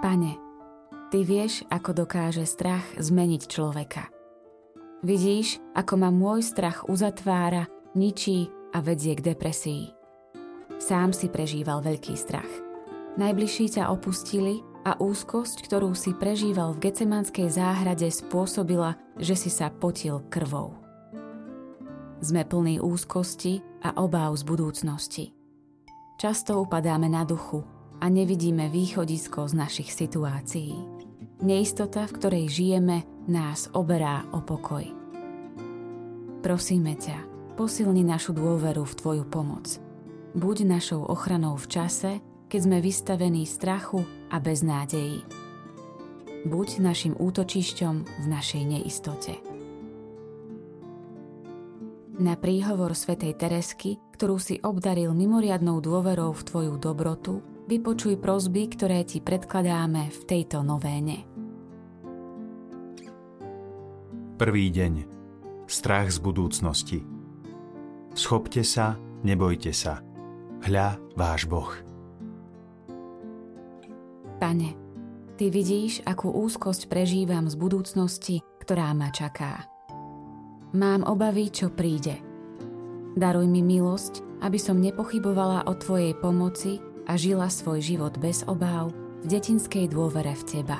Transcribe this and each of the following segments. Pane, Ty vieš, ako dokáže strach zmeniť človeka. Vidíš, ako ma môj strach uzatvára, ničí a vedie k depresii. Sám si prežíval veľký strach. Najbližší ťa opustili a úzkosť, ktorú si prežíval v gecemanskej záhrade, spôsobila, že si sa potil krvou. Sme plní úzkosti a obáv z budúcnosti. Často upadáme na duchu a nevidíme východisko z našich situácií. Neistota, v ktorej žijeme, nás oberá o pokoj. Prosíme ťa, posilni našu dôveru v Tvoju pomoc. Buď našou ochranou v čase, keď sme vystavení strachu a beznádeji. Buď našim útočišťom v našej neistote. Na príhovor svätej Teresky, ktorú si obdaril mimoriadnou dôverou v Tvoju dobrotu, vypočuj prosby, ktoré ti predkladáme v tejto novéne. Prvý deň. Strach z budúcnosti. Schopte sa, nebojte sa. Hľa váš Boh. Pane, Ty vidíš, akú úzkosť prežívam z budúcnosti, ktorá ma čaká. Mám obavy, čo príde. Daruj mi milosť, aby som nepochybovala o Tvojej pomoci a žila svoj život bez obáv v detinskej dôvere v teba.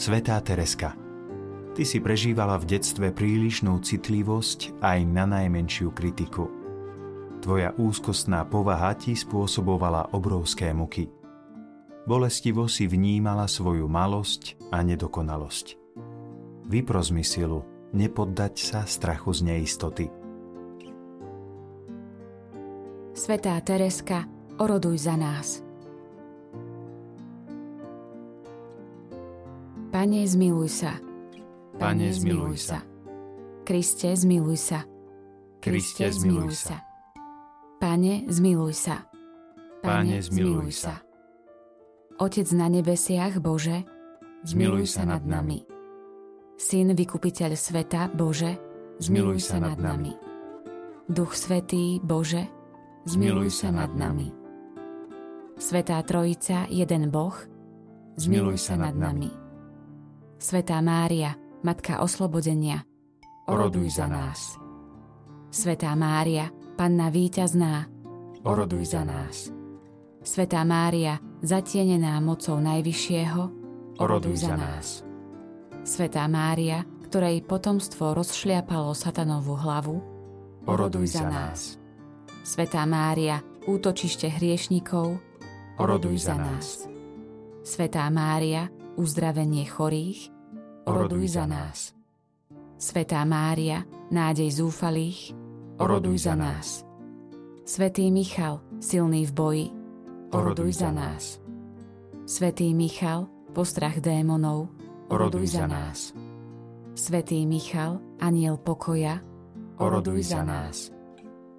Svetá Tereska, ty si prežívala v detstve prílišnú citlivosť aj na najmenšiu kritiku. Tvoja úzkostná povaha ti spôsobovala obrovské muky. Bolestivo si vnímala svoju malosť a nedokonalosť. Vypros mi silu, nepoddať sa strachu z neistoty – Svetá Tereska, oroduj za nás. Pane, zmiluj sa. Pane, zmiluj sa. Kriste, zmiluj sa. Kriste, zmiluj sa. Pane, zmiluj sa. Pane, zmiluj sa. Otec na nebesiach, Bože, Zmiluj sa nad nami. Syn, vykupiteľ sveta, Bože, Zmiluj sa nad nami. Duch Svetý, Bože, Zmiluj sa nad nami. Svetá Trojica, jeden Boh, Zmiluj sa nad nami. Svetá Mária, Matka oslobodenia, Oroduj za nás. Svetá Mária, Panna víťazná, Oroduj za nás. Svetá Mária, zatienená mocou Najvyššieho, Oroduj za nás. Svetá Mária, ktorej potomstvo rozšliapalo satanovú hlavu, Oroduj za nás. Svetá Mária, útočište hriešnikov, Oroduj za nás. Svetá Mária, uzdravenie chorých, Oroduj za nás. Svetá Mária, nádej zúfalých, Oroduj za nás. Svetý Michal, silný v boji, Oroduj za nás. Svetý Michal, postrach démonov, Oroduj za nás. Svetý Michal, aniel pokoja, Oroduj za nás.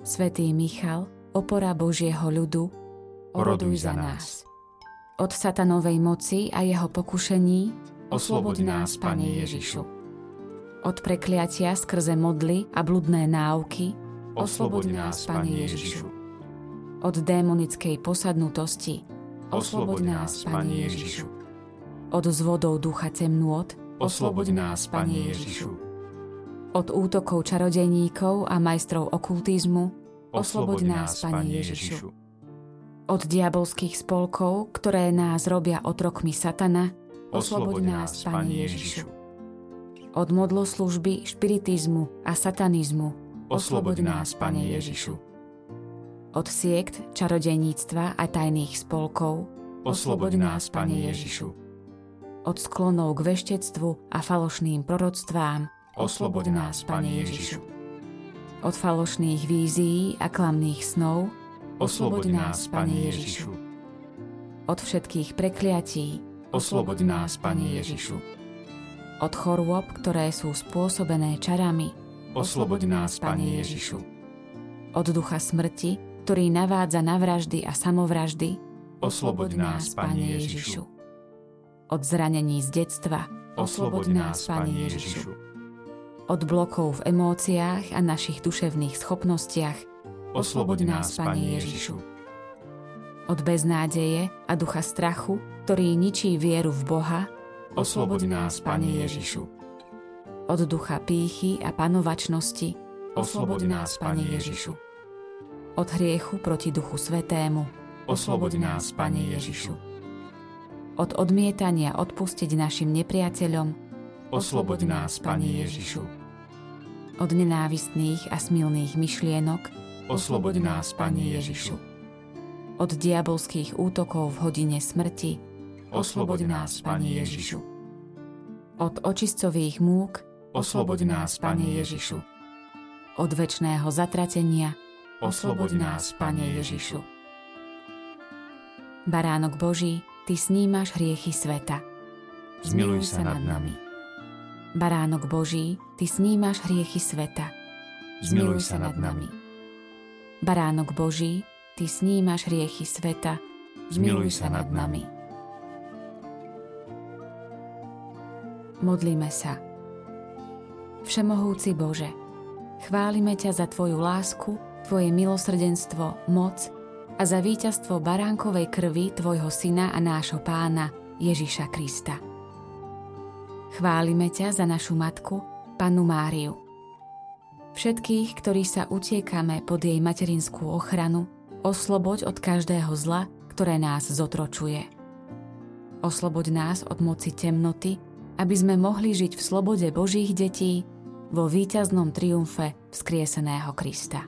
Svetý Michal, opora Božieho ľudu, Oroduj za nás. Od satanovej moci a jeho pokušení Osloboď nás, Pane Ježišu. Od prekliatia skrze modly a bludné náuky Osloboď nás, Pane Ježišu. Od démonickej posadnutosti Osloboď nás, Pane Ježišu. Od zvodov ducha temnôt Osloboď nás, Pane Ježišu. Od útokov čarodejníkov a majstrov okultizmu Osloboď nás, Pane Ježišu. Od diabolských spolkov, ktoré nás robia otrokmi satana, Osloboď nás, Pane Ježišu. Od modloslužby, špiritizmu a satanizmu, Osloboď nás, Pane Ježišu. Od siekt, čarodejníctva a tajných spolkov, Osloboď nás, Pane Ježišu. od sklonov k veštectvu a falošným proroctvám, Osloboď nás, Pane Ježišu. od falošných vízií a klamných snov, Osloboď nás, Pane Ježišu. od všetkých prekliatí, Osloboď nás, Pane Ježišu. od chorôb, ktoré sú spôsobené čarami, Osloboď nás, Pane Ježišu. od ducha smrti, ktorý navádza na vraždy a samovraždy, Osloboď nás, Pane Ježišu. Od zranení z detstva, Osloboď nás, Pane Ježišu. od blokov v emóciách a našich duševných schopnostiach, Osloboď nás, Pane Ježišu. od beznádeje a ducha strachu, ktorý ničí vieru v Boha, Osloboď nás, Pane Ježišu. od ducha pýchy a panovačnosti, Osloboď nás, Pane Ježišu. od hriechu proti duchu svetému, Osloboď nás, Pane Ježišu. od odmietania odpustiť našim nepriateľom, Osloboď nás, Pane Ježišu. od nenávistných a smilných myšlienok, Osloboď nás, Pane Ježišu. od diabolských útokov v hodine smrti, Osloboď nás, Pane Ježišu. od očistcových múk, Osloboď nás, Pane Ježišu. od väčšného zatratenia, Osloboď nás, Pane Ježišu. Baránok Boží, Ty snímaš hriechy sveta. Zmiluj sa nad nami. Baránok Boží, Ty snímaš hriechy sveta. Zmiluj sa nad nami. Baránok Boží, Ty snímaš hriechy sveta. Zmiluj sa nad nami. Modlíme sa. Všemohúci Bože, chválime ťa za Tvoju lásku, Tvoje milosrdenstvo, moc a za víťazstvo baránkovej krvi Tvojho Syna a nášho Pána Ježiša Krista. Chválime ťa za našu matku, Panu Máriu. Všetkých, ktorí sa utiekame pod jej materinskú ochranu, osloboď od každého zla, ktoré nás zotročuje. Osloboď nás od moci temnoty, aby sme mohli žiť v slobode Božích detí vo víťaznom triumfe vzkrieseného Krista.